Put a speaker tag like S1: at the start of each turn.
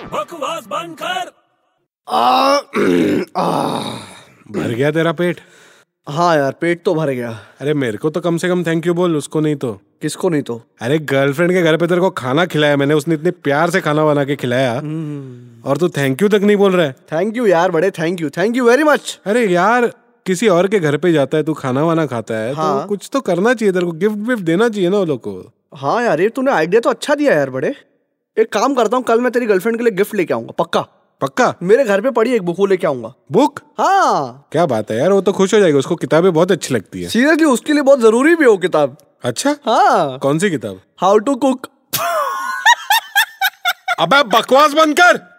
S1: आवाज बंद कर
S2: आ, आ,
S3: भर गया तेरा पेट
S2: हाँ यार पेट तो भर गया
S3: अरे मेरे को तो कम से कम थैंक यू बोल उसको नहीं तो
S2: किसको नहीं तो
S3: अरे गर्लफ्रेंड के घर पे तेरे को खाना खिलाया मैंने उसने इतने प्यार से खाना बना के खिलाया और तू थैंक यू तक नहीं बोल रहा है
S2: थैंक यू यार बड़े thank you thank you very much
S3: अरे यार किसी और के घर पे जाता है तू खाना वाना खाता है
S2: हाँ।
S3: तो कुछ तो करना चाहिए तेरे को गिफ्ट विफ्ट देना चाहिए ना वो लोग को
S2: हाँ यार ये तूने आइडिया तो अच्छा दिया यार बड़े एक काम करता हूँ कल मैं तेरी गर्लफ्रेंड के लिए गिफ्ट लेके आऊंगा पक्का
S3: पक्का
S2: मेरे घर पे पड़ी एक बुक वो लेके आऊंगा
S3: बुक
S2: हाँ
S3: क्या बात है यार वो तो खुश हो जाएगी उसको किताबें बहुत अच्छी लगती है
S2: सीरियसली उसके लिए बहुत जरूरी भी हो किताब
S3: अच्छा
S2: हाँ
S3: कौन सी किताब
S2: हाउ टू कुक
S3: अबे बकवास बंद कर